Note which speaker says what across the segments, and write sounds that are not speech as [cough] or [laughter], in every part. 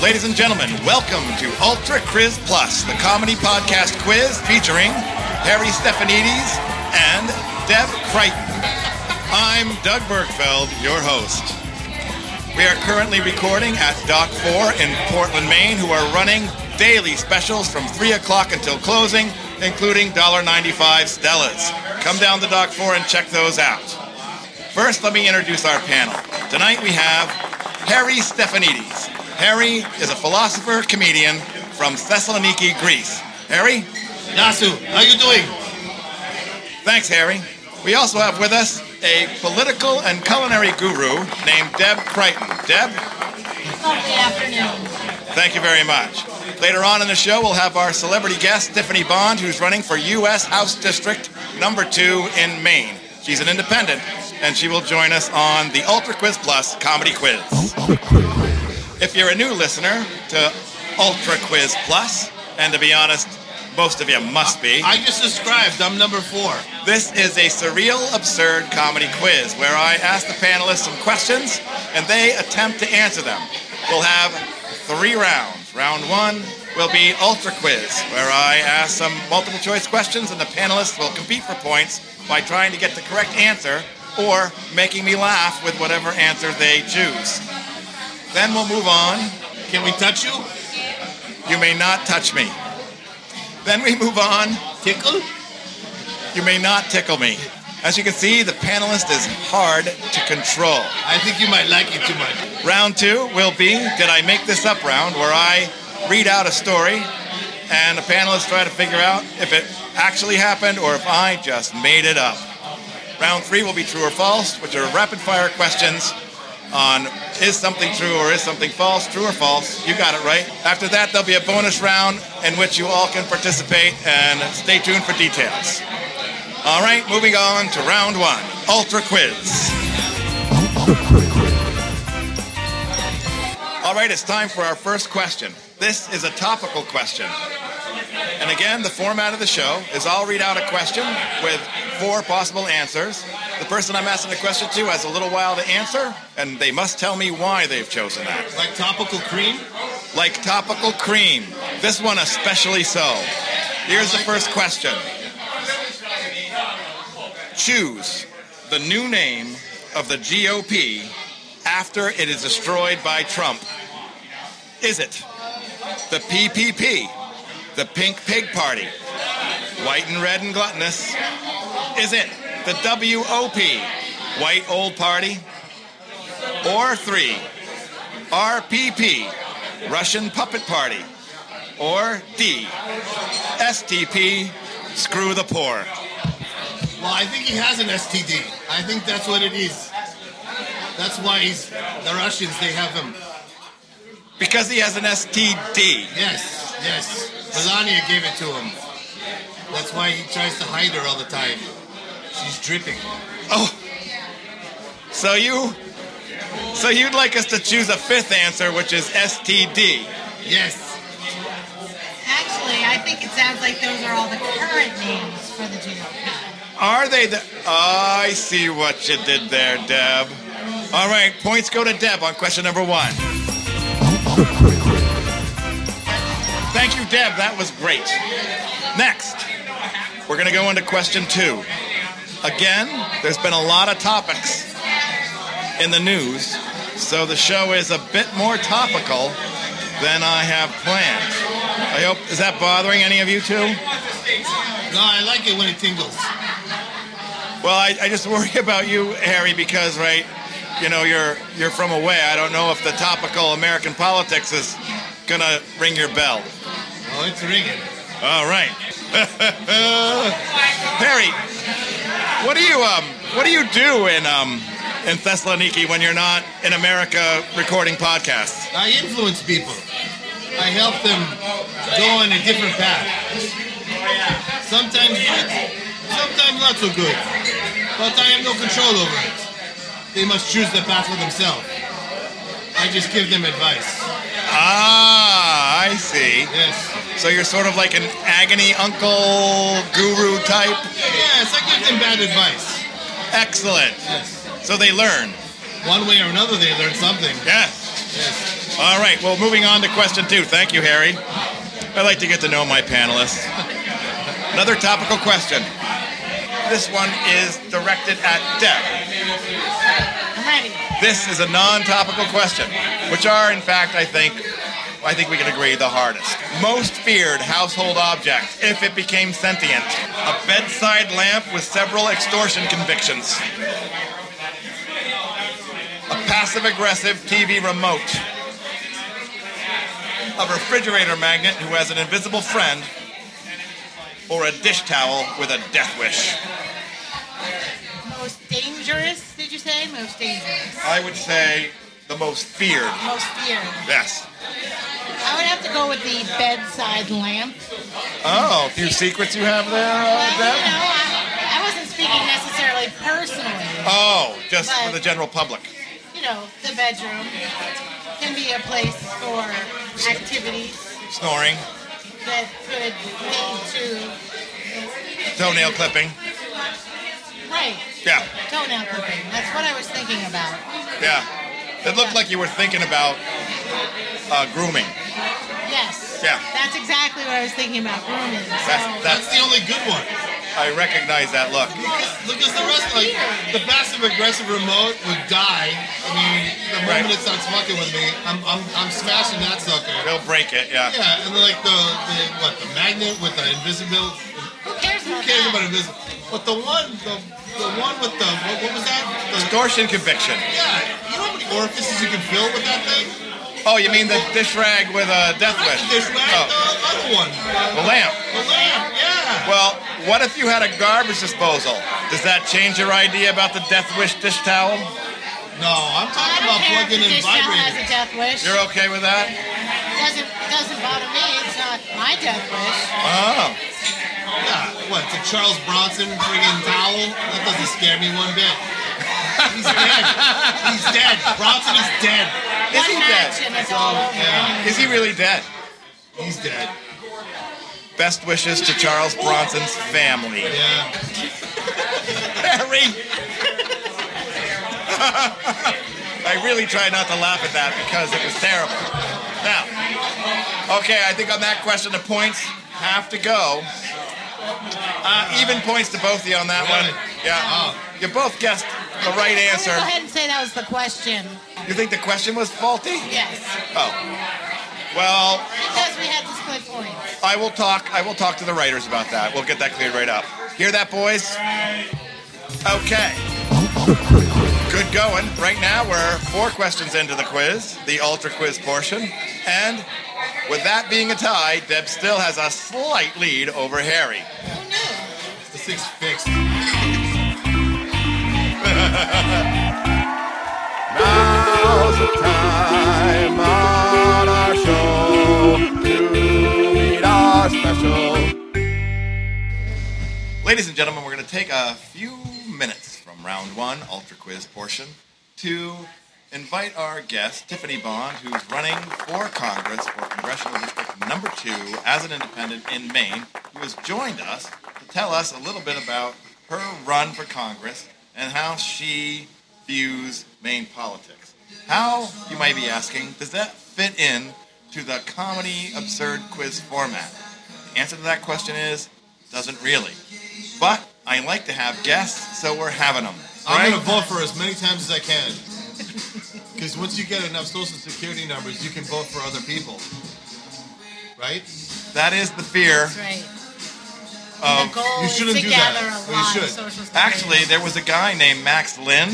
Speaker 1: Ladies and gentlemen, welcome to Ultra Quiz Plus, the comedy podcast quiz featuring Harry Stephanides and Deb Crichton. I'm Doug Bergfeld, your host. We are currently recording at Dock 4 in Portland, Maine, who are running daily specials from 3 o'clock until closing, including $1.95 Stella's. Come down to Dock 4 and check those out. First, let me introduce our panel. Tonight we have Harry Stephanides. Harry is a philosopher comedian from Thessaloniki, Greece. Harry,
Speaker 2: Yasu, how you doing?
Speaker 1: thanks, Harry. We also have with us a political and culinary guru named Deb Crichton. Deb,
Speaker 3: Lovely afternoon.
Speaker 1: Thank you very much. Later on in the show, we'll have our celebrity guest, Tiffany Bond, who's running for U.S. House District number two in Maine. She's an independent, and she will join us on the Ultra Quiz Plus comedy quiz. If you're a new listener to Ultra Quiz Plus, and to be honest, most of you must be.
Speaker 2: I just described. I'm number four.
Speaker 1: This is a surreal, absurd comedy quiz where I ask the panelists some questions and they attempt to answer them. We'll have three rounds. Round one will be Ultra Quiz, where I ask some multiple choice questions and the panelists will compete for points by trying to get the correct answer or making me laugh with whatever answer they choose. Then we'll move on
Speaker 2: Can we touch you?
Speaker 1: you may not touch me. Then we move on.
Speaker 2: Tickle?
Speaker 1: You may not tickle me. As you can see, the panelist is hard to control.
Speaker 2: I think you might like it too much.
Speaker 1: Round two will be Did I Make This Up round, where I read out a story and the panelists try to figure out if it actually happened or if I just made it up. Round three will be True or False, which are rapid fire questions on is something true or is something false, true or false. You got it right. After that, there'll be a bonus round in which you all can participate and stay tuned for details. All right, moving on to round one Ultra Quiz. All right, it's time for our first question. This is a topical question. And again, the format of the show is I'll read out a question with four possible answers. The person I'm asking the question to has a little while to answer, and they must tell me why they've chosen that.
Speaker 2: Like topical cream?
Speaker 1: Like topical cream, this one especially so. Here's the first question Choose the new name of the GOP after it is destroyed by Trump. Is it the PPP, the Pink Pig Party, White and Red and Gluttonous? Is it the WOP, White Old Party? Or three, RPP, Russian Puppet Party? Or D, STP, Screw the Poor?
Speaker 2: Well, I think he has an STD. I think that's what it is. That's why he's the Russians. They have him.
Speaker 1: Because he has an STD.
Speaker 2: Yes, yes. Melania gave it to him. That's why he tries to hide her all the time. She's dripping.
Speaker 1: Oh. So you so you'd like us to choose a fifth answer, which is STD.
Speaker 2: Yes.
Speaker 3: Actually, I think it sounds like those are all the current names for the GOP.
Speaker 1: Are they the I see what you did there, Deb. All right, points go to Deb on question number one. Thank you, Deb. That was great. Next, we're going to go into question two. Again, there's been a lot of topics in the news, so the show is a bit more topical than I have planned. I hope, is that bothering any of you two?
Speaker 2: No, I like it when it tingles.
Speaker 1: Well, I, I just [laughs] worry about you, Harry, because right, you know, you're you're from away. I don't know if the topical American politics is gonna ring your bell.
Speaker 2: Oh, it's ringing.
Speaker 1: All right, [laughs] Harry, what do you um what do you do in um in Thessaloniki when you're not in America recording podcasts?
Speaker 2: I influence people. I help them go on a different path. Sometimes good, sometimes not so good. But I have no control over it. They must choose the path for themselves. I just give them advice.
Speaker 1: Ah, I see.
Speaker 2: Yes.
Speaker 1: So you're sort of like an agony uncle guru type.
Speaker 2: Yes, I give them bad advice.
Speaker 1: Excellent.
Speaker 2: Yes.
Speaker 1: So they learn.
Speaker 2: One way or another, they learn something.
Speaker 1: Yes.
Speaker 2: Yes.
Speaker 1: All right, well, moving on to question two. Thank you, Harry. I like to get to know my panelists. Another topical question. This one is directed at Deb.
Speaker 3: I'm ready.
Speaker 1: This is a non-topical question, which are, in fact, I think, I think we can agree, the hardest. Most feared household object, if it became sentient, a bedside lamp with several extortion convictions, a passive-aggressive TV remote, a refrigerator magnet who has an invisible friend, or a dish towel with a death wish.
Speaker 3: Most dangerous, did you say? Most dangerous.
Speaker 1: I would say the most feared.
Speaker 3: Most feared.
Speaker 1: Yes.
Speaker 3: I would have to go with the bedside lamp.
Speaker 1: Oh, a few secrets you have there,
Speaker 3: Well,
Speaker 1: uh,
Speaker 3: you
Speaker 1: Deb?
Speaker 3: know, I, I wasn't speaking necessarily personally.
Speaker 1: Oh, just for
Speaker 3: But-
Speaker 1: the general public.
Speaker 3: You know, the bedroom can be a place for activities
Speaker 1: Snoring,
Speaker 3: that could lead to,
Speaker 1: toenail clipping.
Speaker 3: right,
Speaker 1: Yeah,
Speaker 3: toenail clipping. That's what I was thinking about.
Speaker 1: yeah. It looked like you were thinking about uh, grooming.
Speaker 3: Yes.
Speaker 1: Yeah.
Speaker 3: That's exactly what I was thinking about grooming. So,
Speaker 1: That's,
Speaker 2: That's
Speaker 1: that's,
Speaker 2: the only good one.
Speaker 1: I recognize that look.
Speaker 2: Look, at the rest, like the passive aggressive remote would die. I mean, the
Speaker 1: Right.
Speaker 2: moment it starts fucking with me, I'm I'm I'm smashing that sucker.
Speaker 1: They'll break it, yeah.
Speaker 2: Yeah, and then like the, the what the magnet with the invisible.
Speaker 3: who cares
Speaker 2: Who
Speaker 3: about
Speaker 2: cares
Speaker 3: that?
Speaker 2: about invisible? But the one, the the one with the what, what was that? The,
Speaker 1: Extortion conviction.
Speaker 2: yeah, you know how many orifices you can fill with that thing?
Speaker 1: Oh, you mean the dish rag with a death wish?
Speaker 2: There's that
Speaker 1: Oh,
Speaker 2: the other one.
Speaker 1: the lamp.
Speaker 2: The lamp, yeah.
Speaker 1: Well, what if you had a garbage disposal? Does that change your idea about the death wish dish towel?
Speaker 2: No, I'm
Speaker 3: I
Speaker 2: talking
Speaker 3: don't
Speaker 2: about
Speaker 3: care if
Speaker 2: plugging
Speaker 3: the
Speaker 2: in
Speaker 3: dish towel has a
Speaker 2: vibrators.
Speaker 3: death wish.
Speaker 1: You're okay with that?
Speaker 3: doesn't doesn't bother me. It's not my death wish.
Speaker 1: Oh,
Speaker 2: Yeah, what? It's a Charles Bronson friggin' towel? That doesn't scare me one bit. [laughs] He's dead. He's dead. Bronson is dead.
Speaker 1: is he
Speaker 3: One match
Speaker 1: dead?
Speaker 3: and it's all over.
Speaker 2: Yeah,
Speaker 1: Is he really dead?
Speaker 2: he's dead.
Speaker 1: Best wishes to Charles Bronson's family.
Speaker 2: Yeah.
Speaker 1: Harry! I really try not to laugh at that because it was terrible. Now, okay, I think on that question, the points have to go. Uh, even points to both of you on that one. Yeah. You both guessed the right answer.
Speaker 3: I'm gonna go ahead and say that was the question.
Speaker 1: You think the question was faulty?
Speaker 3: Yes,
Speaker 1: Oh. Well,
Speaker 3: because we had to split points.
Speaker 1: I will talk. I will talk to the writers about that. We'll get that cleared right up. Hear that, boys? Okay. Good going. Right now, we're four questions into the quiz, the ultra quiz portion, and with that being a tie, Deb still has a slight lead over Harry.
Speaker 3: Who knew?
Speaker 2: The six fixed.
Speaker 1: Now's the time on our show to meet our special. Ladies and gentlemen, we're going to take a few minutes from round one, Ultra Quiz portion, to invite our guest, Tiffany Bond, who's running for Congress for Congressional District Number Two as an independent in Maine, who has joined us to tell us a little bit about her run for Congress and how she views Maine politics. How, you might be asking, does that fit in to the comedy absurd quiz format? The answer to that question is doesn't really. But I like to have guests, so we're having them.
Speaker 2: I'm gonna vote for as many times as I can. [laughs] Because once you get enough social security numbers, you can vote for other people. Right?
Speaker 1: That is the fear.
Speaker 3: That's right.
Speaker 1: Um,
Speaker 3: the goal
Speaker 2: you
Speaker 3: is
Speaker 2: shouldn't
Speaker 3: to
Speaker 2: do that.
Speaker 3: gather
Speaker 2: Well,
Speaker 3: a
Speaker 2: you
Speaker 3: lot of
Speaker 2: should.
Speaker 3: social security.
Speaker 1: Actually, there was a guy named Max Lynn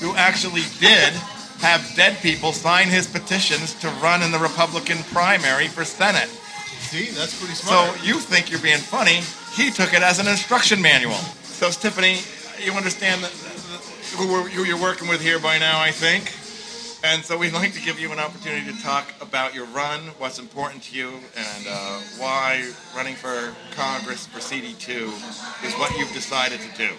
Speaker 1: who actually did have dead people sign his petitions to run in the Republican primary for Senate.
Speaker 2: See, that's pretty smart.
Speaker 1: So you think you're being funny. He took it as an instruction manual. So, Tiffany, you understand that, that- who, we're, who you're working with here by now, I think. And so we'd like to give you an opportunity to talk about your run, what's important to you, and uh, why running for Congress for CD2 is what you've decided to do.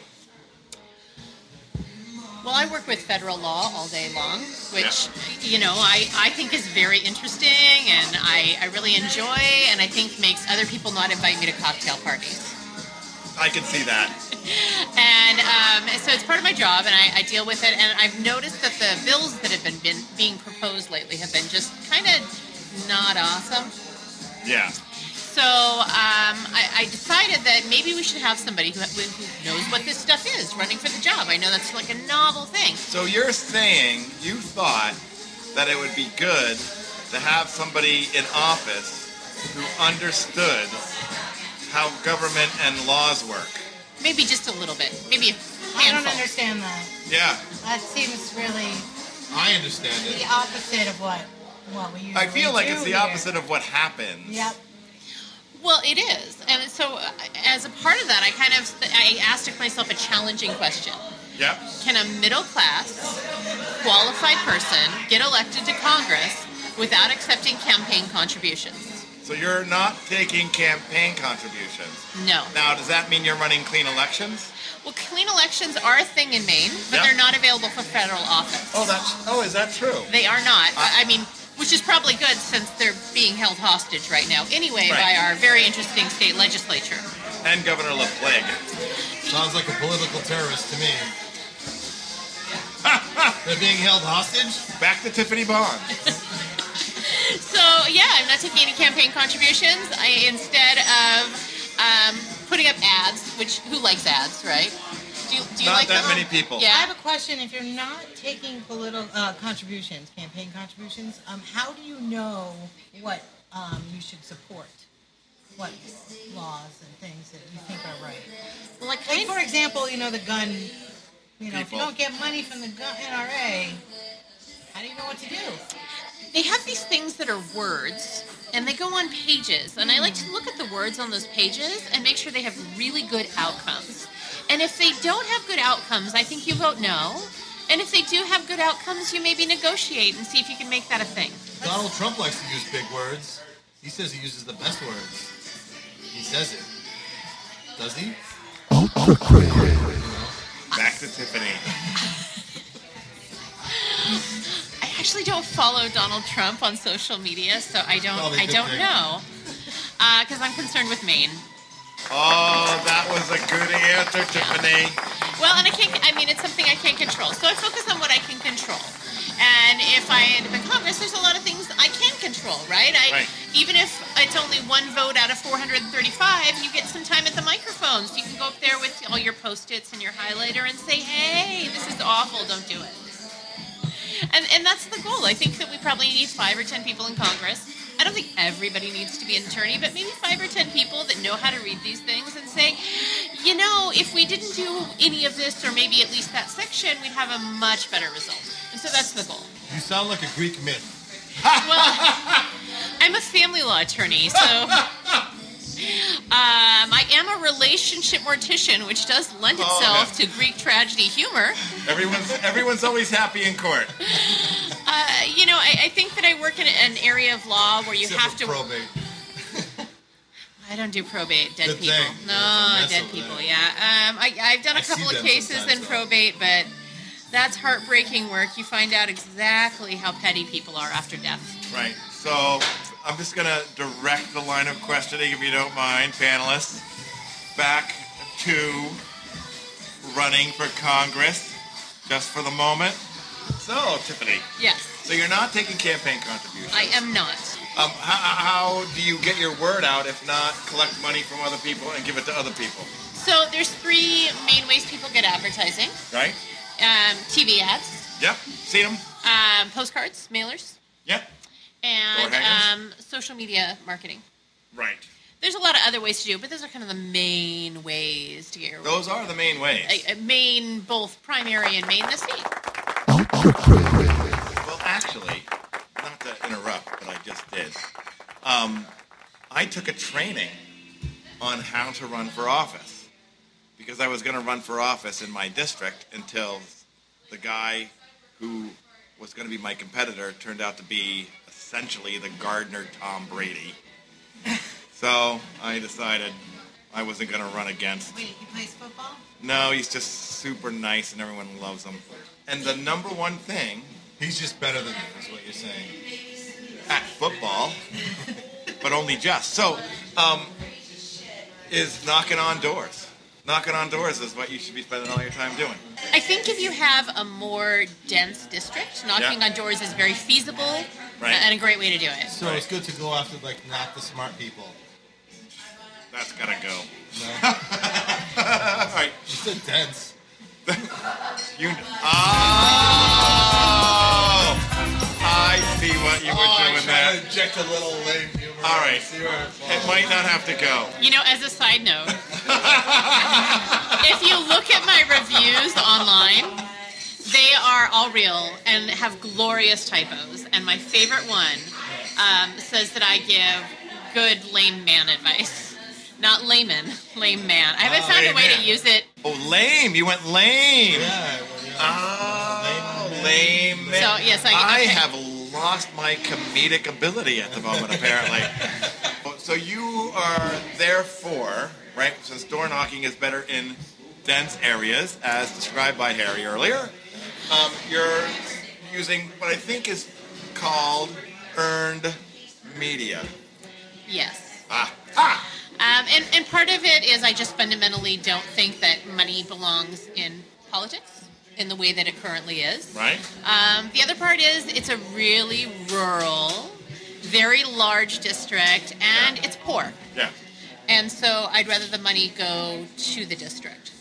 Speaker 4: Well, I work with federal law all day long, which,
Speaker 1: Yeah.
Speaker 4: you know, I, I think is very interesting and I, I really enjoy and I think makes other people not invite me to cocktail parties. [laughs]
Speaker 1: I can see that.
Speaker 4: And um, so it's part of my job and I, I deal with it. And I've noticed that the bills that have been, been being proposed lately have been just kind of not awesome.
Speaker 1: Yeah.
Speaker 4: So um, I, I decided that maybe we should have somebody who, who knows what this stuff is running for the job. I know that's like a novel thing.
Speaker 1: So you're saying you thought that it would be good to have somebody in office who understood how government and laws work.
Speaker 4: Maybe just a little bit. Maybe a
Speaker 3: I don't
Speaker 4: handful.
Speaker 3: understand that.
Speaker 1: Yeah.
Speaker 3: That seems really
Speaker 2: I understand
Speaker 3: the
Speaker 2: it.
Speaker 3: opposite of what what we usually
Speaker 1: I feel like
Speaker 3: do
Speaker 1: it's the
Speaker 3: here.
Speaker 1: opposite of what happens.
Speaker 3: Yep.
Speaker 4: Well, it is, and so uh, as a part of that, I kind of I asked myself a challenging question:
Speaker 1: Yep.
Speaker 4: Can a middle class, qualified person get elected to Congress without accepting campaign contributions?
Speaker 1: So you're not taking campaign contributions.
Speaker 4: No.
Speaker 1: Now, does that mean you're running clean elections?
Speaker 4: Well, clean elections are a thing in Maine, but
Speaker 1: Yep.
Speaker 4: they're not available for federal office.
Speaker 1: Oh, that's. Oh, is that true?
Speaker 4: They are not. I I mean, which is probably good since they're being held hostage right now, anyway,
Speaker 1: Right.
Speaker 4: by our very interesting state legislature.
Speaker 1: And Governor LaPlague.
Speaker 2: Sounds like a political terrorist
Speaker 4: [laughs]
Speaker 2: to me. They're being held hostage?
Speaker 1: Back to Tiffany Bond.
Speaker 4: So yeah, I'm not taking any campaign contributions. I instead of um, putting up ads, which who likes ads, right? Do you, do you
Speaker 1: Not
Speaker 4: like
Speaker 1: that
Speaker 4: them?
Speaker 1: many people.
Speaker 3: I
Speaker 4: Yeah.
Speaker 3: have a question. If you're not taking political uh, contributions, campaign contributions, um, how do you know what um, you should support? What laws and things that you think are right?
Speaker 4: Well, like,
Speaker 3: Like, for example, you know, the gun, you know, if
Speaker 1: People.
Speaker 3: you don't get money from the gun NRA, how do you know what to do?
Speaker 4: they have these things that are words, and they go on pages, and I like to look at the words on those pages and make sure they have really good outcomes. And if they don't have good outcomes, I think you vote no. And if they do have good outcomes, you maybe negotiate and see if you can make that a thing.
Speaker 2: Donald Trump likes to use big words. He says he uses the best words. He says it. Does he?
Speaker 1: Back to Tiffany.
Speaker 4: I actually don't follow Donald Trump on social media, so I don't.
Speaker 2: Probably a
Speaker 4: I
Speaker 2: good
Speaker 4: don't
Speaker 2: thing.
Speaker 4: know because I'm concerned with Maine.
Speaker 1: Oh, that was a good answer, Tiffany.
Speaker 4: Well, and I can't. I mean, it's something I can't control, so I focus on what I can control. And if I end up in Congress, there's a lot of things I can control, right? I,
Speaker 1: Right.
Speaker 4: Even if it's only one vote out of 435, you get some time at the microphone, so you can go up there with all your post-its and your highlighter and say, "Hey, this is awful. Don't do it." And, and that's the goal. I think that we probably need five or ten people in Congress. I don't think everybody needs to be an attorney, but maybe five or ten people that know how to read these things and say, you know, if we didn't do any of this, or maybe at least that section, we'd have a much better result. And so that's the goal.
Speaker 2: You sound like a Greek myth.
Speaker 4: Well, I'm a family law attorney, so um, I am a relationship mortician, which does lend
Speaker 1: Oh,
Speaker 4: itself
Speaker 1: yeah.
Speaker 4: to Greek tragedy humor.
Speaker 1: Everyone's everyone's always happy in court.
Speaker 4: Uh, you know, I, I think that I work in an area of law where you
Speaker 2: Except
Speaker 4: have
Speaker 2: for
Speaker 4: to.
Speaker 2: probate.
Speaker 4: I don't do probate. Dead
Speaker 2: Good
Speaker 4: people.
Speaker 2: thing.
Speaker 4: No,
Speaker 2: That's a mess
Speaker 4: dead
Speaker 2: over
Speaker 4: people.
Speaker 2: there.
Speaker 4: Yeah. Um, I, I've done a
Speaker 2: I see
Speaker 4: couple of
Speaker 2: them
Speaker 4: cases in
Speaker 2: sometimes, though.
Speaker 4: probate, but that's heartbreaking work. You find out exactly how petty people are after death.
Speaker 1: Right. So I'm just gonna direct the line of questioning, if you don't mind, panelists, back to running for Congress, just for the moment. So Tiffany,
Speaker 4: Yes,
Speaker 1: so you're not taking campaign contributions.
Speaker 4: I am not.
Speaker 1: Um, how, how do you get your word out if not collect money from other people and give it to other people?
Speaker 4: So there's three main ways people get advertising:
Speaker 1: Right?
Speaker 4: um, TV ads,
Speaker 1: Yep. See them?
Speaker 4: um, postcards, mailers,
Speaker 1: Yep.
Speaker 4: and
Speaker 1: Door hangers?
Speaker 4: um, social media marketing.
Speaker 1: Right.
Speaker 4: There's a lot of other ways to do, it, but those are kind of the main ways to get your
Speaker 1: Those are the main ways.
Speaker 4: uh, uh, main, both primary and main. That's neat.
Speaker 1: Well, actually, not to interrupt, but I just did. Um, I took a training on how to run for office because I was going to run for office in my district until the guy who was going to be my competitor turned out to be essentially the gardener Tom Brady. So I decided I wasn't going to run against
Speaker 3: Wait, he plays football?
Speaker 1: no, he's just super nice and everyone loves him. And the number one thing
Speaker 2: He's just better than you, is what you're saying.
Speaker 1: at football, but only just. So, um, is knocking on doors. Knocking on doors is what you should be spending all your time doing.
Speaker 4: I I think if you have a more dense district, knocking
Speaker 1: Yeah.
Speaker 4: on doors is very feasible
Speaker 1: Right.
Speaker 4: and a great way to do it.
Speaker 2: So it's good to go after like not the smart people.
Speaker 1: That's gotta go.
Speaker 2: No,
Speaker 1: All right.
Speaker 2: she's so dense.
Speaker 1: You. Oh! I see what you were
Speaker 2: Oh,
Speaker 1: doing there.
Speaker 2: inject a little lame humor.
Speaker 1: All right.
Speaker 2: See where it falls.
Speaker 1: It might not have to go.
Speaker 4: You know, as a
Speaker 1: [laughs]
Speaker 4: side note, if you look at my reviews online, they are all real and have glorious typos. And my favorite one um, says that I give good lame man advice. [laughs] Not layman, lame man. I
Speaker 1: Oh,
Speaker 4: haven't found a way
Speaker 1: layman.
Speaker 4: to use it.
Speaker 1: Oh, lame. You went lame.
Speaker 2: Yeah, well, yeah.
Speaker 1: Oh, lame.
Speaker 4: So, yes, I-
Speaker 1: I
Speaker 4: okay.
Speaker 1: have lost my comedic ability at the moment, [laughs] apparently. Oh, so you are therefore, right, since door knocking is better in dense areas, as described by Harry earlier, um, you're using what I think is called earned media.
Speaker 4: Yes.
Speaker 1: Ah, ah!
Speaker 4: Um, and, and part of it is I just fundamentally don't think that money belongs in politics in the way that it currently is.
Speaker 1: Right?
Speaker 4: Um, the other part is it's a really rural, very large district, and it's poor.
Speaker 1: Yeah.
Speaker 4: And so I'd rather the money go to the district.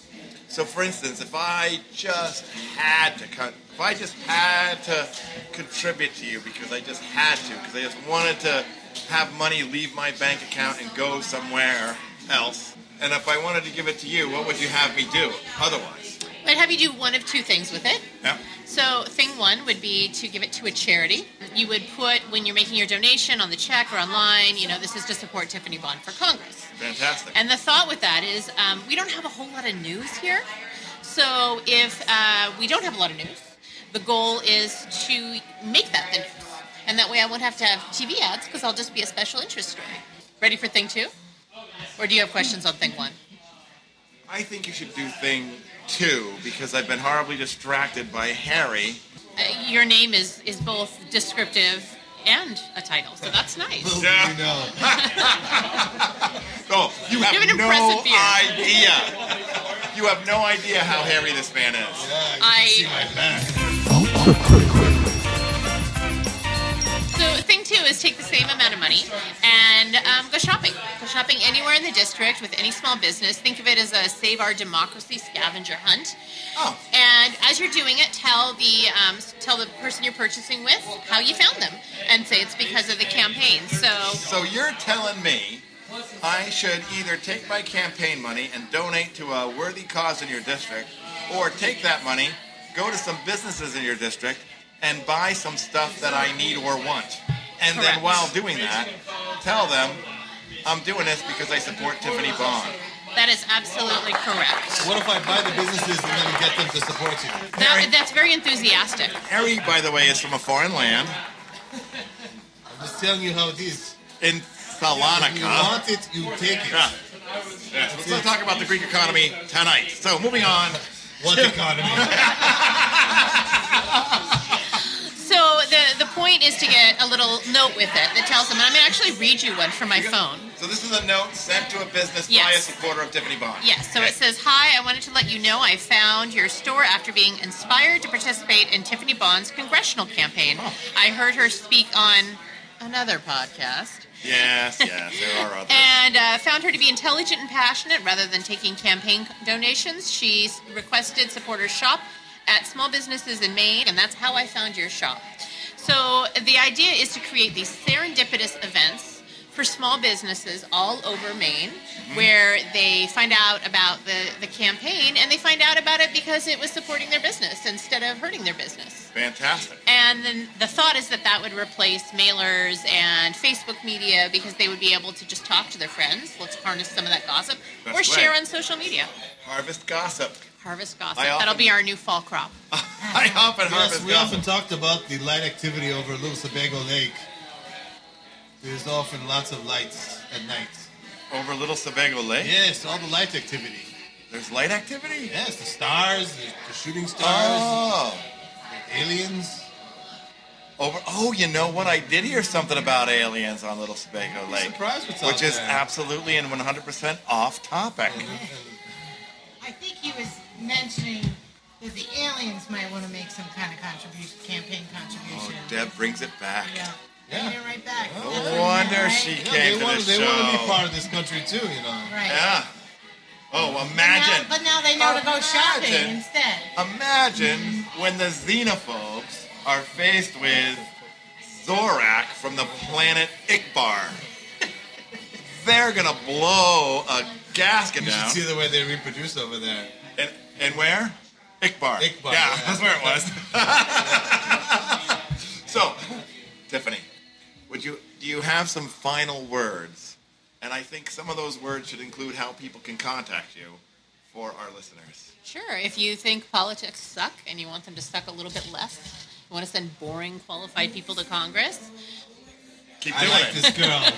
Speaker 1: So, for instance, if I just had to, con- if I just had to contribute to you because I just had to, because I just wanted to have money leave my bank account and go somewhere else, and if I wanted to give it to you, what would you have me do otherwise?
Speaker 4: I'd have you do one of two things with it.
Speaker 1: Yeah.
Speaker 4: So, thing one would be to give it to a charity. You would put, when you're making your donation on the check or online, you know, this is to support Tiffany Bond for Congress.
Speaker 1: Fantastic.
Speaker 4: And the thought with that is um, we don't have a whole lot of news here. So if uh, we don't have a lot of news, the goal is to make that the news. And that way I won't have to have TV ads because I'll just be a special interest story. Ready for thing two? Or do you have questions on thing one?
Speaker 1: I think you should do thing two because I've been horribly distracted by Harry.
Speaker 4: Uh, your name is, is both descriptive and a title, so that's nice.
Speaker 1: Yeah.
Speaker 2: You know.
Speaker 1: Oh, you have,
Speaker 4: You have an
Speaker 1: no
Speaker 4: impressive beard.
Speaker 1: idea. You have no idea how hairy this man is.
Speaker 2: Yeah, you
Speaker 4: I-
Speaker 2: can see my back.
Speaker 4: So thing two is take the same amount of money and um, go shopping. Go shopping anywhere in the district with any small business. Think of it as a Save Our Democracy scavenger hunt.
Speaker 1: Oh.
Speaker 4: And as you're doing it, tell the um, tell the person you're purchasing with how you found them, and say it's because of the campaign. So
Speaker 1: So you're telling me I should either take my campaign money and donate to a worthy cause in your district, or take that money, go to some businesses in your district, and buy some stuff that I need or want. And
Speaker 4: Correct.
Speaker 1: then while doing that, tell them I'm doing this because I support Tiffany Bond.
Speaker 4: that is absolutely correct.
Speaker 2: What if I buy the businesses and then get them to support you?
Speaker 4: That, that's very enthusiastic.
Speaker 1: Harry, by the way, is from a foreign land
Speaker 2: I'm just telling you how it is.
Speaker 1: in
Speaker 2: If you
Speaker 1: Salonika.
Speaker 2: want it, you take it.
Speaker 1: Yeah. Yeah. So Let's not talk about the Greek economy tonight. So moving on.
Speaker 2: What economy?
Speaker 4: So the the point is to get a little note with it that tells them. And I'm gonna actually read you one from my phone.
Speaker 1: So this is a note sent to a business by a
Speaker 4: Yes.
Speaker 1: supporter of Tiffany Bond.
Speaker 4: Yes, so
Speaker 1: Okay.
Speaker 4: it says, Hi, I wanted to let you know I found your store after being inspired to participate in Tiffany Bond's congressional campaign. I heard her speak on another podcast
Speaker 1: Yes, yes, there are others.
Speaker 4: and uh, found her to be intelligent and passionate rather than taking campaign donations. She s- requested supporters shop at small businesses in Maine, and that's how I found your shop. So the idea is to create these serendipitous events for small businesses all over Maine where they find out about the, the campaign and they find out about it because it was supporting their business instead of hurting their business.
Speaker 1: Fantastic.
Speaker 4: And then the thought is that that would replace mailers and Facebook media because they would be able to just talk to their friends. Let's harness some of that gossip
Speaker 1: That's
Speaker 4: or share
Speaker 1: right.
Speaker 4: on social media.
Speaker 1: Harvest gossip.
Speaker 4: Harvest gossip.
Speaker 1: I often-
Speaker 4: That'll be our new fall crop.
Speaker 1: [laughs] I often
Speaker 2: Yes,
Speaker 1: harvest
Speaker 2: we
Speaker 1: gossip.
Speaker 2: often talked about the light activity over Lusabago Lake. There's often lots of lights at night.
Speaker 1: Over Little Sebago Lake.
Speaker 2: Yes, all the light activity.
Speaker 1: There's light activity.
Speaker 2: Yes, the stars, the, the shooting stars,
Speaker 1: Oh.
Speaker 2: the aliens.
Speaker 1: Over oh, you know what? I did hear something about aliens on Little Sebago Lake.
Speaker 2: surprised what's out
Speaker 1: Which is
Speaker 2: there.
Speaker 1: absolutely and 100% off topic.
Speaker 3: I think he was mentioning that the aliens might want to make some kind of contribution, campaign
Speaker 1: Oh,
Speaker 3: contribution.
Speaker 1: Deb brings it back.
Speaker 3: Yeah.
Speaker 2: Yeah.
Speaker 3: Bring it right back.
Speaker 1: No
Speaker 3: That's what
Speaker 1: wonder
Speaker 3: meant, right?
Speaker 1: she
Speaker 2: No,
Speaker 1: Came
Speaker 2: they
Speaker 1: to
Speaker 2: want,
Speaker 1: the
Speaker 2: they want to
Speaker 1: show.
Speaker 2: be part of this country too, you know.
Speaker 3: Right.
Speaker 1: Yeah. Oh,
Speaker 3: Now-
Speaker 1: imagine.
Speaker 3: but now they know to go shopping
Speaker 1: Imagine.
Speaker 3: instead.
Speaker 1: Imagine when the xenophobes are faced with Zorak from the planet Ikbar. [laughs] They're gonna blow a gasket
Speaker 2: You
Speaker 1: down.
Speaker 2: should see the way they reproduce over there.
Speaker 1: And, and where? Ikbar.
Speaker 2: Ikbar,
Speaker 1: Yeah,
Speaker 2: yeah.
Speaker 1: that's where it was. [laughs] so, Tiffany, would you do you have some final words? And I think some of those words should include how people can contact you for our listeners.
Speaker 4: Sure, if you think politics suck and you want them to suck a little bit less, you want to send boring, qualified people to Congress,
Speaker 1: Keep
Speaker 2: I
Speaker 1: doing
Speaker 2: like
Speaker 1: it.
Speaker 2: this girl.
Speaker 1: [laughs]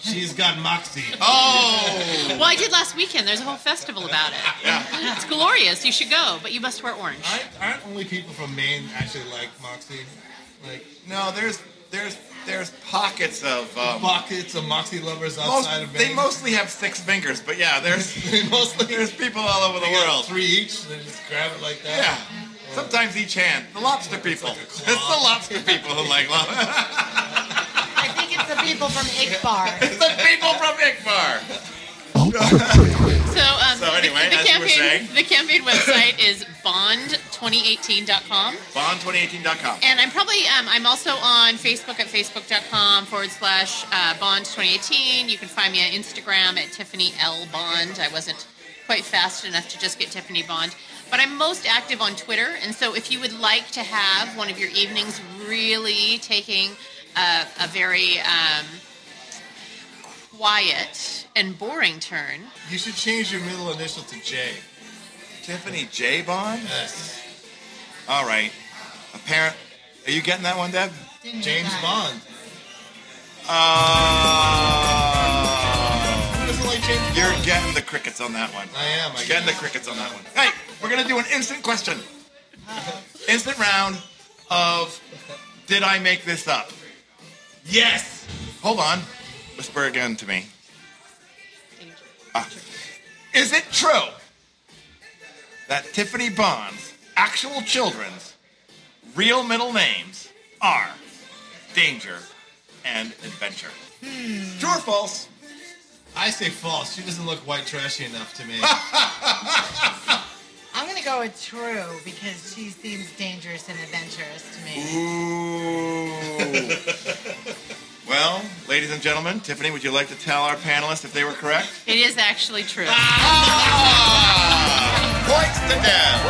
Speaker 2: She's got moxie.
Speaker 1: Oh,
Speaker 4: Well, I did last weekend. There's a whole festival about it. [gasps]
Speaker 1: yeah.
Speaker 4: It's glorious. You should go, but you must wear orange.
Speaker 2: Aren't, aren't only people from Maine actually like moxie? Like
Speaker 1: No, there's there's there's pockets of. Um,
Speaker 2: pockets of moxie lovers
Speaker 1: most,
Speaker 2: outside of Maine.
Speaker 1: they mostly have six fingers, but yeah, there's
Speaker 2: [laughs] They mostly
Speaker 1: there's people all over the
Speaker 2: they got
Speaker 1: world.
Speaker 2: Three each. They just grab it like that.
Speaker 1: Yeah. Sometimes each hand. The lobster people. [laughs]
Speaker 2: like a
Speaker 1: It's,
Speaker 2: claw.
Speaker 1: the lobster people who like lobster.
Speaker 3: I think it's the people from Ickbar.
Speaker 1: [laughs] the people from Ikbar.
Speaker 4: So, um,
Speaker 1: So anyway,
Speaker 4: the,
Speaker 1: as
Speaker 4: the
Speaker 1: you were
Speaker 4: campaign,
Speaker 1: saying.
Speaker 4: [laughs] the campaign website is bond2018.com.
Speaker 1: Bond2018.com.
Speaker 4: And I'm probably, um, I'm also on Facebook at facebook.com forward slash uh, bond2018. You can find me on Instagram at Tiffany L. Bond. I wasn't quite fast enough to just get Tiffany Bond. But I'm most active on Twitter. And so if you would like to have one of your evenings really taking a, a very um, quiet and boring turn,
Speaker 2: You should change your middle initial to J.
Speaker 1: Tiffany J. Bond?
Speaker 2: Yes.
Speaker 1: All right. Apparent. Are you getting that one, Deb?
Speaker 3: Didn't know
Speaker 2: James
Speaker 3: that.
Speaker 2: Bond. Who
Speaker 1: Uh,
Speaker 2: doesn't like James Bond?
Speaker 1: you're getting the crickets on that one.
Speaker 2: I am. I
Speaker 1: Getting the
Speaker 2: guess.
Speaker 1: crickets on that one. Hey, we're going to do an instant question. Instant round of Did I Make This Up?
Speaker 2: Yes.
Speaker 1: Hold on. Whisper again to me. Ah. Is it true that Tiffany Bond's actual children's real middle names are Danger and Adventure? True or false?
Speaker 2: I say false. She doesn't look white trashy enough to me.
Speaker 3: I'm gonna go with True because she seems dangerous and adventurous to me.
Speaker 1: Ooh. well, ladies and gentlemen, Tiffany, would you like to tell our panelists if they were correct?
Speaker 4: it is actually true.
Speaker 1: Ah! Points to Deb.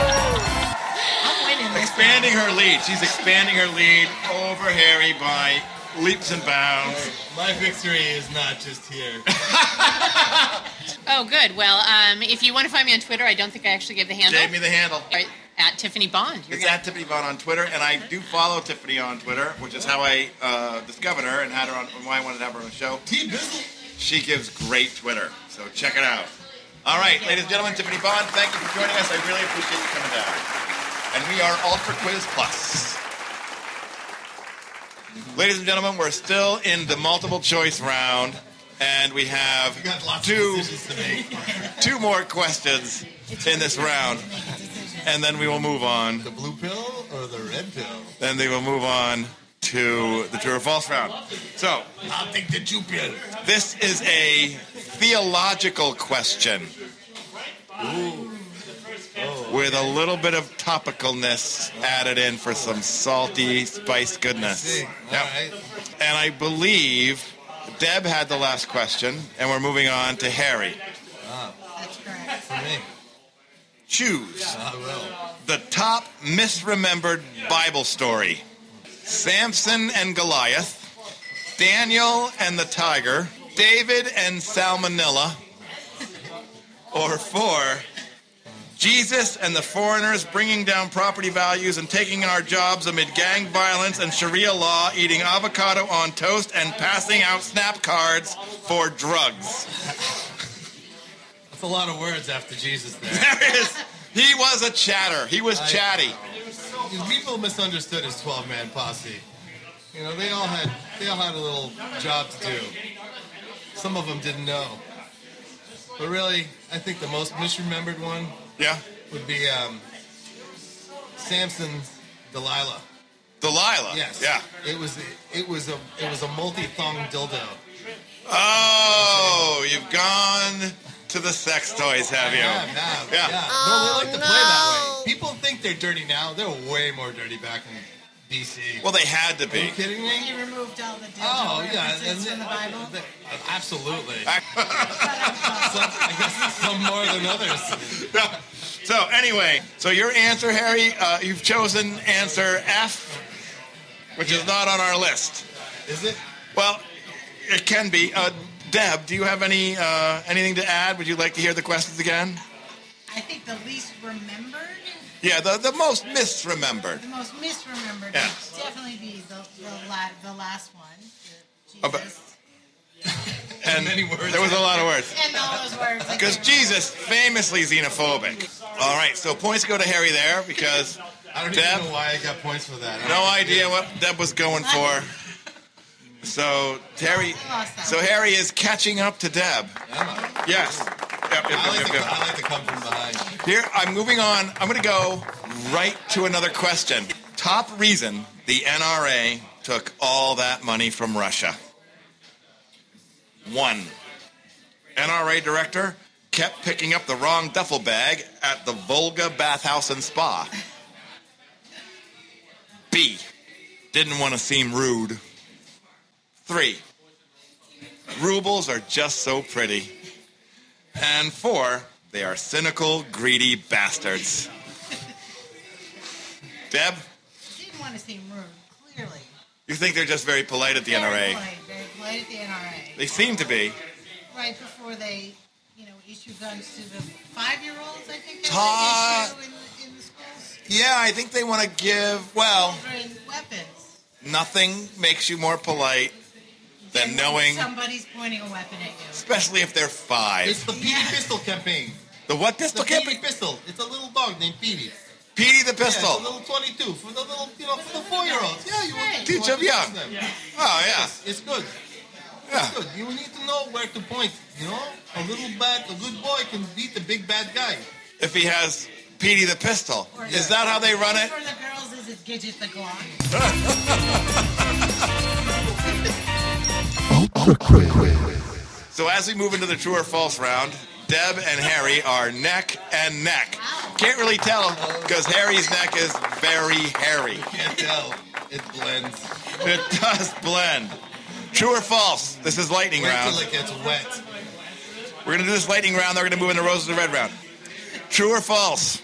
Speaker 3: I'm winning this.
Speaker 1: Expanding her [laughs] lead. She's expanding her lead over Harry by leaps and bounds.
Speaker 2: My victory is not just here.
Speaker 1: [laughs]
Speaker 4: Oh, good. Well, um, if you want to find me on Twitter, I don't think I actually gave the handle.
Speaker 1: Gave me the handle.
Speaker 4: All right, at Tiffany Bond. You're
Speaker 1: It's
Speaker 4: gonna,
Speaker 1: at Tiffany Vaughn on Twitter, and I do follow Tiffany on Twitter, which is how I uh, discovered her and had her on, and why I wanted to have her on the show.
Speaker 2: T Bizzle.
Speaker 1: She gives great Twitter, so check it out. All right, ladies and gentlemen, Tiffany Bond, thank you for joining us. I really appreciate you coming down. And we are Ultra Quiz Plus. Ladies and gentlemen, we're still in the multiple choice round, and we have
Speaker 2: You got lots
Speaker 1: two,
Speaker 2: of decisions to make.
Speaker 1: two more questions in this round,
Speaker 3: Make a decision.
Speaker 1: and then we will move on.
Speaker 2: The blue pill or the red pill?
Speaker 1: Then they will move on to the true or false round. So,
Speaker 2: I'll take the two pill.
Speaker 1: this is a theological question with a little bit of topicalness added in for some salty spice goodness.
Speaker 2: See, all
Speaker 1: Yep.
Speaker 2: right.
Speaker 1: And I believe Deb had the last question, and we're moving on to Harry.
Speaker 3: That's correct.
Speaker 2: For me,
Speaker 1: Choose
Speaker 2: I will.
Speaker 1: the top misremembered Bible story Samson and Goliath, Daniel and the tiger, David and Salmonella, or four, Jesus and the foreigners bringing down property values and taking our jobs amid gang violence and Sharia law, eating avocado on toast and passing out snap cards for drugs. [laughs]
Speaker 2: That's a lot of words after Jesus there.
Speaker 1: [laughs] There is. He was a chatter. He was chatty.
Speaker 2: These people misunderstood his 12 man posse. You know, they all had they all had a little job to do. Some of them didn't know. But really, I think the most misremembered one
Speaker 1: Yeah.
Speaker 2: would be um, Samson Delilah.
Speaker 1: Delilah.
Speaker 2: Yes.
Speaker 1: Yeah.
Speaker 2: It was it was a it was a multi thong dildo.
Speaker 1: Oh, you've gone to the sex toys, have you?
Speaker 2: Yeah, yeah,
Speaker 1: Yeah.
Speaker 2: yeah.
Speaker 4: Oh,
Speaker 2: no, they like to play that
Speaker 4: no.
Speaker 2: way. People think they're dirty now. They're way more dirty back in DC.
Speaker 1: Well, they had to
Speaker 2: Are
Speaker 1: be.
Speaker 2: you kidding me?
Speaker 3: You removed all the digital
Speaker 2: Oh yeah, and
Speaker 3: references from the
Speaker 2: then-
Speaker 3: Bible.
Speaker 1: [laughs]
Speaker 2: absolutely. some, I guess some more than others.
Speaker 1: So anyway, so your answer, Harry, uh, you've chosen answer F, which is not on our list.
Speaker 2: Is it?
Speaker 1: Well, it can be. Uh, Deb, do you have any uh, anything to add? Would you like to hear the questions again?
Speaker 3: I think the least remembered,
Speaker 1: Yeah, the, the most misremembered.
Speaker 3: the most misremembered,
Speaker 1: Yeah.
Speaker 3: would definitely be the the, la- the last one. the
Speaker 1: Oh, but-
Speaker 3: Jesus.
Speaker 1: And
Speaker 2: Many words.
Speaker 1: there was a lot of words.
Speaker 3: and all those words. I
Speaker 1: Because
Speaker 3: can't
Speaker 1: Jesus, famously xenophobic. All right, so points go to Harry there because
Speaker 2: I don't
Speaker 1: Deb?
Speaker 2: even know why I got points for that.
Speaker 1: no idea what Deb was going for. So Harry, so Harry is catching up to Deb.
Speaker 2: Am I?
Speaker 1: Yes. Yep, yep,
Speaker 2: I like,
Speaker 1: yep,
Speaker 2: to,
Speaker 1: yep,
Speaker 2: I
Speaker 1: yep.
Speaker 2: like to come from behind.
Speaker 1: Here, I'm moving on. I'm going to go right to another question. Top reason the NRA took all that money from Russia. One, NRA director kept picking up the wrong duffel bag at the Volga bathhouse and spa. B, didn't want to seem rude. Three, rubles are just so pretty. And four, they are cynical, greedy [laughs] bastards. Deb,
Speaker 3: didn't want to seem rude. Clearly,
Speaker 1: you think they're just very polite at the
Speaker 3: Very
Speaker 1: NRA?
Speaker 3: polite, very polite at the NRA.
Speaker 1: They seem to be.
Speaker 3: Right before they, you know, issue guns to the five-year-olds, I think that's
Speaker 1: Ta-
Speaker 3: an issue in, in the schools.
Speaker 1: Yeah, I think they want to give. Well,
Speaker 3: Children weapons.
Speaker 1: nothing makes you more polite than knowing,
Speaker 3: somebody's pointing a weapon at you.
Speaker 1: especially if they're
Speaker 2: It's
Speaker 1: five.
Speaker 2: the Petey
Speaker 3: Yeah.
Speaker 2: Pistol campaign.
Speaker 1: The what
Speaker 2: The
Speaker 1: pistol can't
Speaker 2: Petey
Speaker 1: be
Speaker 2: Pistol. It's a little dog named Petey.
Speaker 1: Petey the
Speaker 2: Yeah, it's a
Speaker 1: pistol.
Speaker 2: little 22 for the little, you know, for the four-year-olds. Yeah, you want to
Speaker 1: Teach
Speaker 2: you want
Speaker 1: them
Speaker 2: to
Speaker 1: young.
Speaker 2: them.
Speaker 1: Oh yeah,
Speaker 2: It's good.
Speaker 1: yeah.
Speaker 2: Good. You need to know where to point. You know, a little bad, a good boy can beat the big bad guy.
Speaker 1: If he has Petey the pistol, is that how they run it?
Speaker 3: For the girls, is it Gidget the Glock?
Speaker 5: Ultra Quiz.
Speaker 1: So as we move into the true or false round, Deb and Harry are neck and neck. Can't really tell because Harry's neck is very hairy.
Speaker 2: Can't tell. It blends.
Speaker 1: It does blend. True or false? This is lightning
Speaker 2: Wait
Speaker 1: round.
Speaker 2: till it gets wet.
Speaker 1: We're gonna do this lightning round. Then we're gonna move into roses and red round. True or false?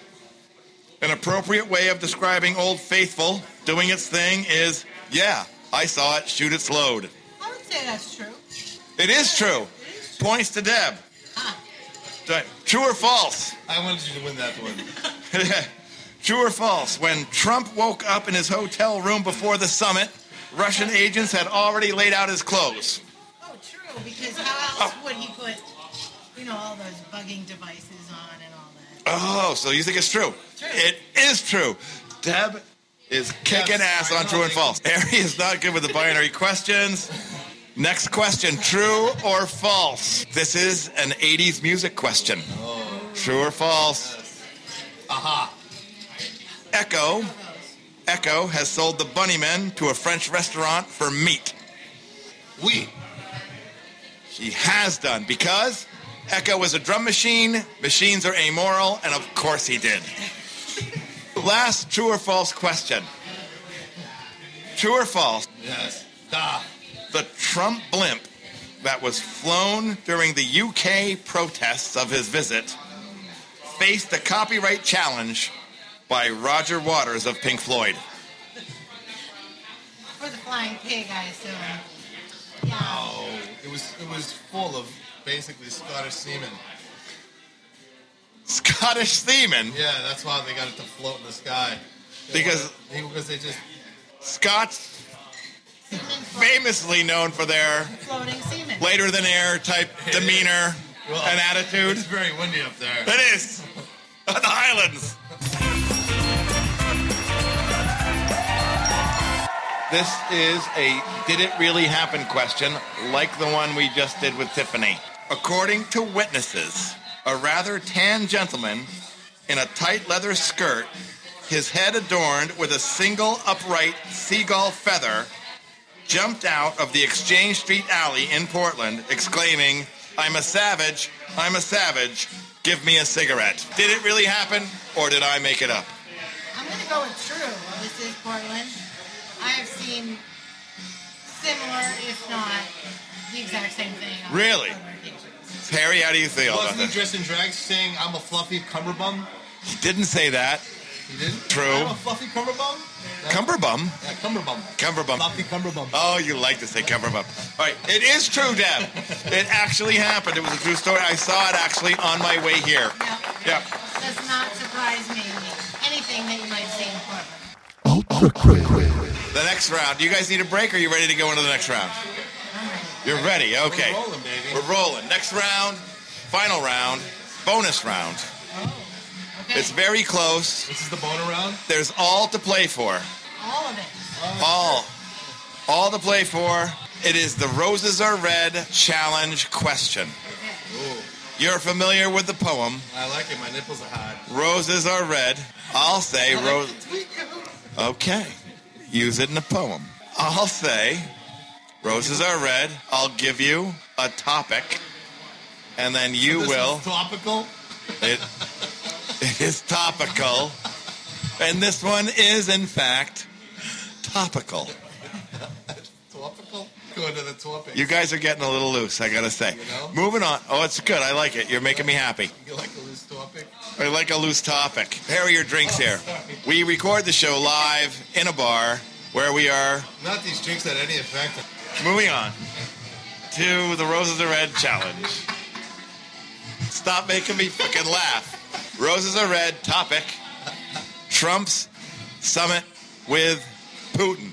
Speaker 1: An appropriate way of describing Old Faithful doing its thing is, yeah, I saw it shoot its load.
Speaker 3: I would say that's true.
Speaker 1: It is true. Points to Deb. True or false?
Speaker 2: I wanted you to win that one.
Speaker 1: [laughs] True or false? When Trump woke up in his hotel room before the summit, Russian agents had already laid out his clothes.
Speaker 3: Oh, true, because
Speaker 1: Oh.
Speaker 3: how else would he put, you know, all those bugging devices on and all that?
Speaker 1: Oh, so you think it's true?
Speaker 3: True.
Speaker 1: It is true. Deb is kicking
Speaker 2: Yes,
Speaker 1: ass
Speaker 2: I
Speaker 1: on
Speaker 2: know.
Speaker 1: true and false. Harry is not good with the binary questions. Next question true or false? This is an 80s music question. True or false?
Speaker 2: Oh. Aha.
Speaker 1: Echo. Echo has sold the Bunnymen to a French restaurant for meat.
Speaker 2: We.
Speaker 1: She has done because Echo was a drum machine, machines are amoral, and of course he did. Last true or false question. True or false,
Speaker 2: Yes. Da.
Speaker 1: the Trump blimp that was flown during the UK protests of his visit faced a copyright challenge by Roger Waters of Pink Floyd.
Speaker 3: For the flying pig, I assume. Yeah.
Speaker 2: Oh, it was it was full of basically Scottish semen.
Speaker 1: Scottish seaman,
Speaker 2: Yeah, that's why they got it to float in the sky. They
Speaker 1: Because-
Speaker 2: wanted- because they just
Speaker 1: Scots
Speaker 3: Semen flo-
Speaker 1: famously known for their
Speaker 3: floating semen.
Speaker 1: later than air type demeanor
Speaker 2: Well,
Speaker 1: and attitude.
Speaker 2: it's very windy up there.
Speaker 1: It is. The islands. This is a did it really happen question, like the one we just did with Tiffany. According to witnesses, a rather tan gentleman in a tight leather skirt his head adorned with a single upright seagull feather, jumped out of the Exchange Street alley in Portland, exclaiming, I'm a savage, I'm a savage, give me a cigarette. Did it really happen, or did I make it up?
Speaker 3: I'm gonna go with true. This is Portland. I have seen similar, if not the exact same thing. on
Speaker 1: Really?
Speaker 3: other occasions.
Speaker 1: Perry, how do you feel about
Speaker 2: Wasn't he
Speaker 1: this?
Speaker 2: dressed in drag saying, I'm a fluffy cummerbum?
Speaker 1: He didn't say that.
Speaker 2: He didn't?
Speaker 1: True.
Speaker 2: I'm a fluffy cummerbum?
Speaker 1: Cumberbum.
Speaker 2: Yeah, cummerbum.
Speaker 1: Cumberbum.
Speaker 2: Fluffy cummerbum.
Speaker 1: Oh, you like to say cumberbum. All right, it is true, Deb. It actually happened. It was a true story. I saw it actually on my way here.
Speaker 3: No,
Speaker 1: Yeah.
Speaker 3: does not surprise me. Anything that you might see in Portland.
Speaker 5: Ultra Crit.
Speaker 1: The next round. Do you guys need a break? Or are you ready to go into the next round? You're ready. Okay.
Speaker 2: We're rolling, baby.
Speaker 1: We're rolling. Next round. Final round. Bonus round.
Speaker 2: Oh,
Speaker 3: Okay.
Speaker 1: It's very close.
Speaker 2: This is the bone around?
Speaker 1: There's all to play for.
Speaker 3: All of it.
Speaker 1: All. All to play for. It is the Roses Are Red challenge question. You're familiar with the poem,
Speaker 2: I like it. My nipples are hot.
Speaker 1: Roses Are Red. I'll say rose.
Speaker 2: Tweako.
Speaker 1: Okay. Use it in a poem. I'll say, roses are red. I'll give you a topic, and then you
Speaker 2: This
Speaker 1: will.
Speaker 2: [laughs] is Topical.
Speaker 1: It, it is topical. And this one is, in fact, topical.
Speaker 2: Topical. Go to the topic.
Speaker 1: You guys are getting a little loose, I gotta say.
Speaker 2: know?
Speaker 1: Moving on. Oh, it's good. I like it. You're making me happy.
Speaker 2: You like a loose topic?
Speaker 1: I like a loose topic. Harry, your drinks here. We record the show live in a bar where we are
Speaker 2: Not these drinks had any effect.
Speaker 1: Moving on to the Roses Are Red challenge. Stop making me fucking laugh. Roses Are Red topic Trump's summit with Putin.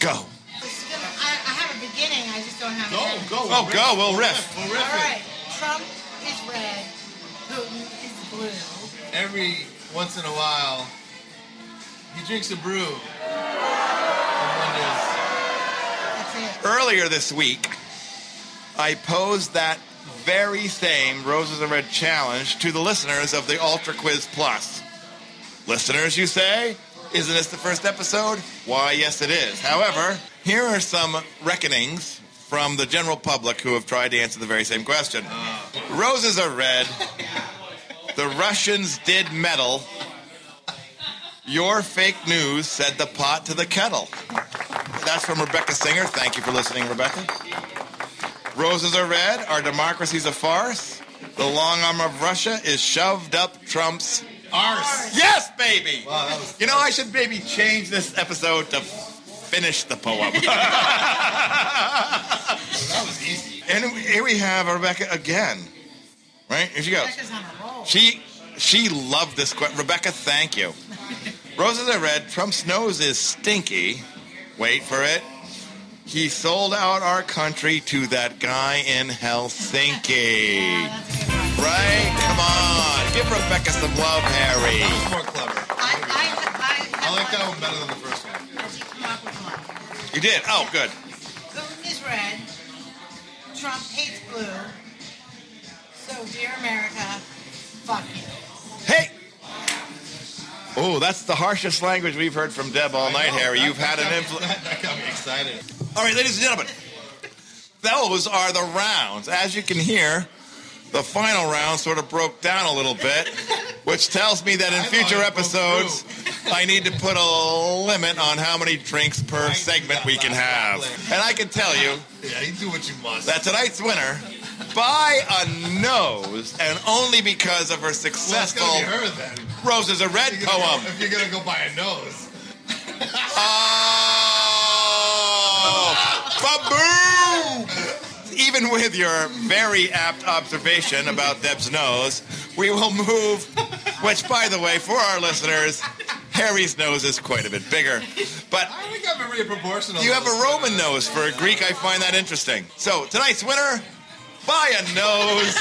Speaker 1: Go.
Speaker 3: It's gonna- I, I have a beginning. I just don't have.
Speaker 2: Go,
Speaker 3: an end.
Speaker 2: go.
Speaker 1: Oh,
Speaker 2: riff.
Speaker 1: go. We'll riff.
Speaker 2: We'll
Speaker 3: All
Speaker 2: riff
Speaker 3: right. Trump is red. Putin is blue.
Speaker 2: it. Every once in a while, he drinks a brew. And
Speaker 3: That's it.
Speaker 1: Earlier this week, I posed that very same Roses Are Red challenge to the listeners of the Ultra Quiz Plus. Listeners, you say? Isn't this the first episode? Why, yes, it is. However, here are some reckonings from the general public who have tried to answer the very same question. Roses are red. The Russians did meddle. Your fake news said the pot to the kettle. That's from Rebecca Singer. Thank you for listening, Rebecca. Roses are red. Our democracy's a farce. The long arm of Russia is shoved up Trump's
Speaker 2: wonders. Arse.
Speaker 1: Yes, baby.
Speaker 2: Wow, that was.
Speaker 1: You know, I should maybe change this episode to finish the
Speaker 2: [laughs]
Speaker 1: poem. [laughs]
Speaker 2: That was easy.
Speaker 1: and here we have Rebecca again. Right here she goes.
Speaker 3: Becca's on a roll.
Speaker 1: She she loved this question. Rebecca, thank you. Roses are red. Trump's nose is stinky. Wait for it. He sold out our country to that guy in Helsinki.
Speaker 3: Yeah, that's a good one.
Speaker 1: Right? Come on. Give Rebecca some love, Harry.
Speaker 2: That was more clever.
Speaker 3: I, I, I,
Speaker 2: I like that one better than the first one.
Speaker 3: Did come up with one?
Speaker 1: You did. Oh, good.
Speaker 3: Putin is red. Trump hates blue. So, dear America, fuck you.
Speaker 1: Hey! Oh, that's the harshest language we've heard from Deb all night,
Speaker 2: know,
Speaker 1: Harry.
Speaker 2: that-
Speaker 1: You've had an
Speaker 2: that-
Speaker 1: influence.
Speaker 2: That, that got me excited.
Speaker 1: All right, ladies and gentlemen, those are the rounds. As you can hear, the final round sort of broke down a little bit, which tells me that in
Speaker 2: I thought
Speaker 1: future
Speaker 2: it broke
Speaker 1: episodes, I need to put a limit on how many drinks per
Speaker 2: Right,
Speaker 1: segment
Speaker 2: that
Speaker 1: we can
Speaker 2: last
Speaker 1: have.
Speaker 2: one.
Speaker 1: And I can tell you
Speaker 2: Yeah, you do what you must.
Speaker 1: that tonight's winner, by a nose, and only because of her
Speaker 2: well, it's
Speaker 1: successful
Speaker 2: gonna be her then.
Speaker 1: Roses Are Red
Speaker 2: If you're gonna
Speaker 1: poem.
Speaker 2: go- if you're gonna go by a nose.
Speaker 1: Oh! Baboom! Even with your very apt observation about Deb's nose, we will move, which, by the way, for our listeners, Harry's nose is quite a bit bigger. But
Speaker 2: I think I'm a really proportional.
Speaker 1: you have a Roman nose for a Greek. I find that interesting. So tonight's winner by a nose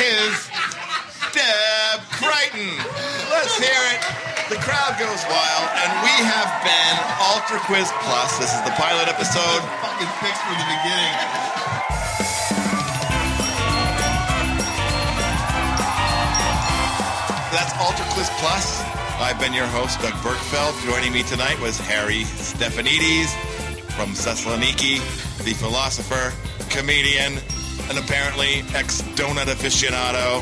Speaker 1: is Deb Crichton. Let's hear it. The crowd goes wild, and we have been Ultra Quiz Plus. This is the pilot episode.
Speaker 2: Fucking fixed from the beginning.
Speaker 1: That's Ultra Quiz Plus. I've been your host, Doug Berkfeld. Joining me tonight was Harry Stephanides from Thessaloniki, the philosopher, comedian, and apparently ex-donut aficionado,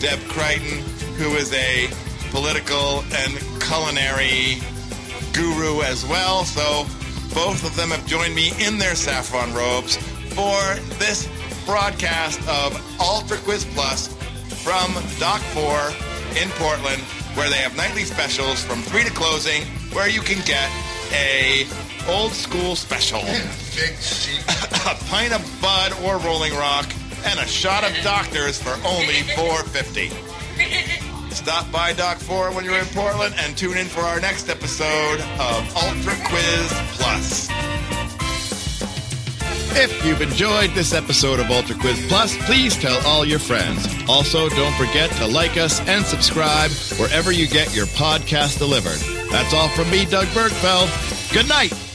Speaker 1: Deb Crichton, who is a political and culinary guru as well. So both of them have joined me in their saffron robes for this broadcast of Ultra Quiz Plus from Doc 4 in Portland, where they have nightly specials from 3 to closing, where you can get a old school special,
Speaker 2: [laughs]
Speaker 5: Big sheep.
Speaker 1: a pint of Bud or Rolling Rock, and a shot of Doctors for only 450. Stop by Doc 4 when you're in Portland and tune in for our next episode of Ultra Quiz Plus. If you've enjoyed this episode of Ultra Quiz Plus, please tell all your friends. Also, don't forget to like us and subscribe wherever you get your podcast delivered. That's all from me, Doug Bergfeld. Good night.